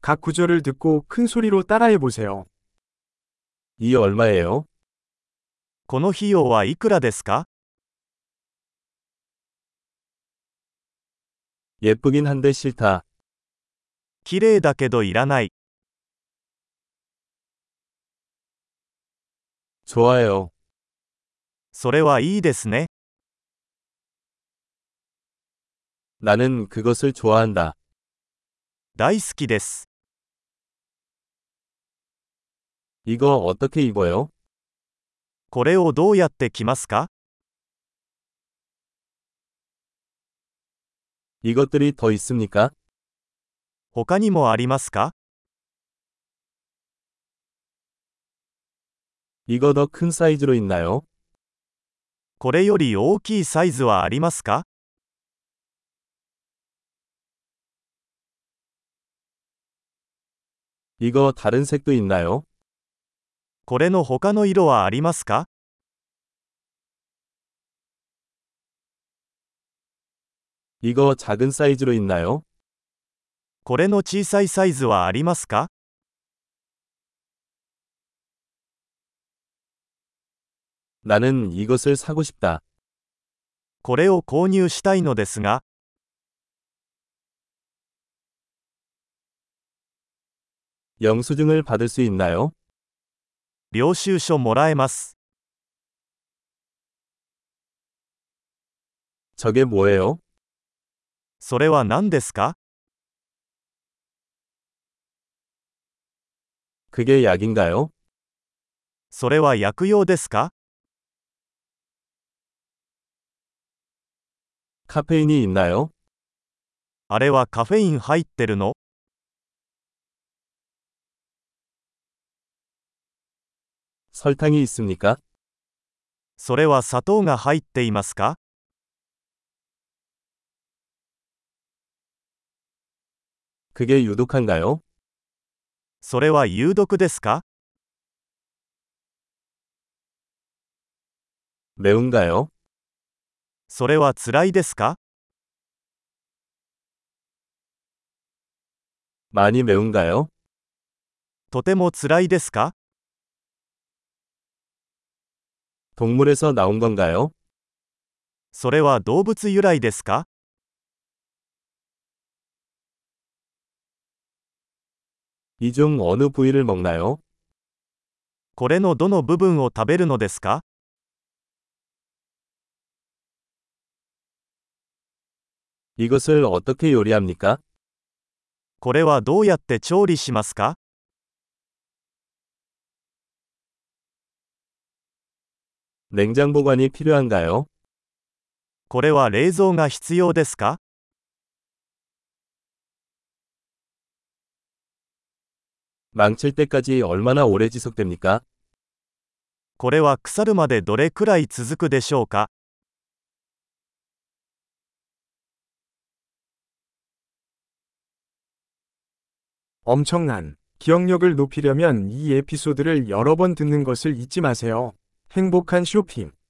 각 구절을 듣고 큰 소리로 따라해 보세요. 이 얼마예요? この費用はいくらですか 예쁘긴 한데 싫다. 綺麗だけどいらない。 좋아요. それはいいですね。 나는 그것을 좋아한다. 大好きです。 이거 어떻게 입어요? これをどうやって着ますか 이것들이 더 있습니까? 他にもありますか 이거 더 큰 사이즈로 있나요? これより大きいサイズはありますか 이거 다른 색도 있나요? これの他の色はありますか 이거 작은 사이즈로 있나요? これの小さいサイズはありますか 나는 이것을 사고 싶다. これを購入したいのですが、 영수증을 받을 수 있나요? 領収書もらえます。 저게 뭐예요? それは何ですか 그게 약인가요? それは薬用ですか 카페인이 있나요? あれはカフェイン入ってるの 설탕이 있습니까? それは砂糖が入っていますか 그게 유독한가요? それは有毒ですか 매운가요? それは辛いですか 많이 매운가요? とても辛いですか 동물에서 나온 건가요? それは動物由来ですか 이 중 어느 부위를 먹나요? これのどの部分を食べるのですか 이것을 어떻게 요리합니까? これはどうやって調理しますか 냉장 보관이 필요한가요? これは冷蔵が必要ですか 망칠 때까지 얼마나 오래 지속됩니까? これは腐るまでどれくらい続くでしょうか 엄청난 기억력을 높이려면 이 에피소드를 여러 번 듣는 것을 잊지 마세요. 행복한 쇼핑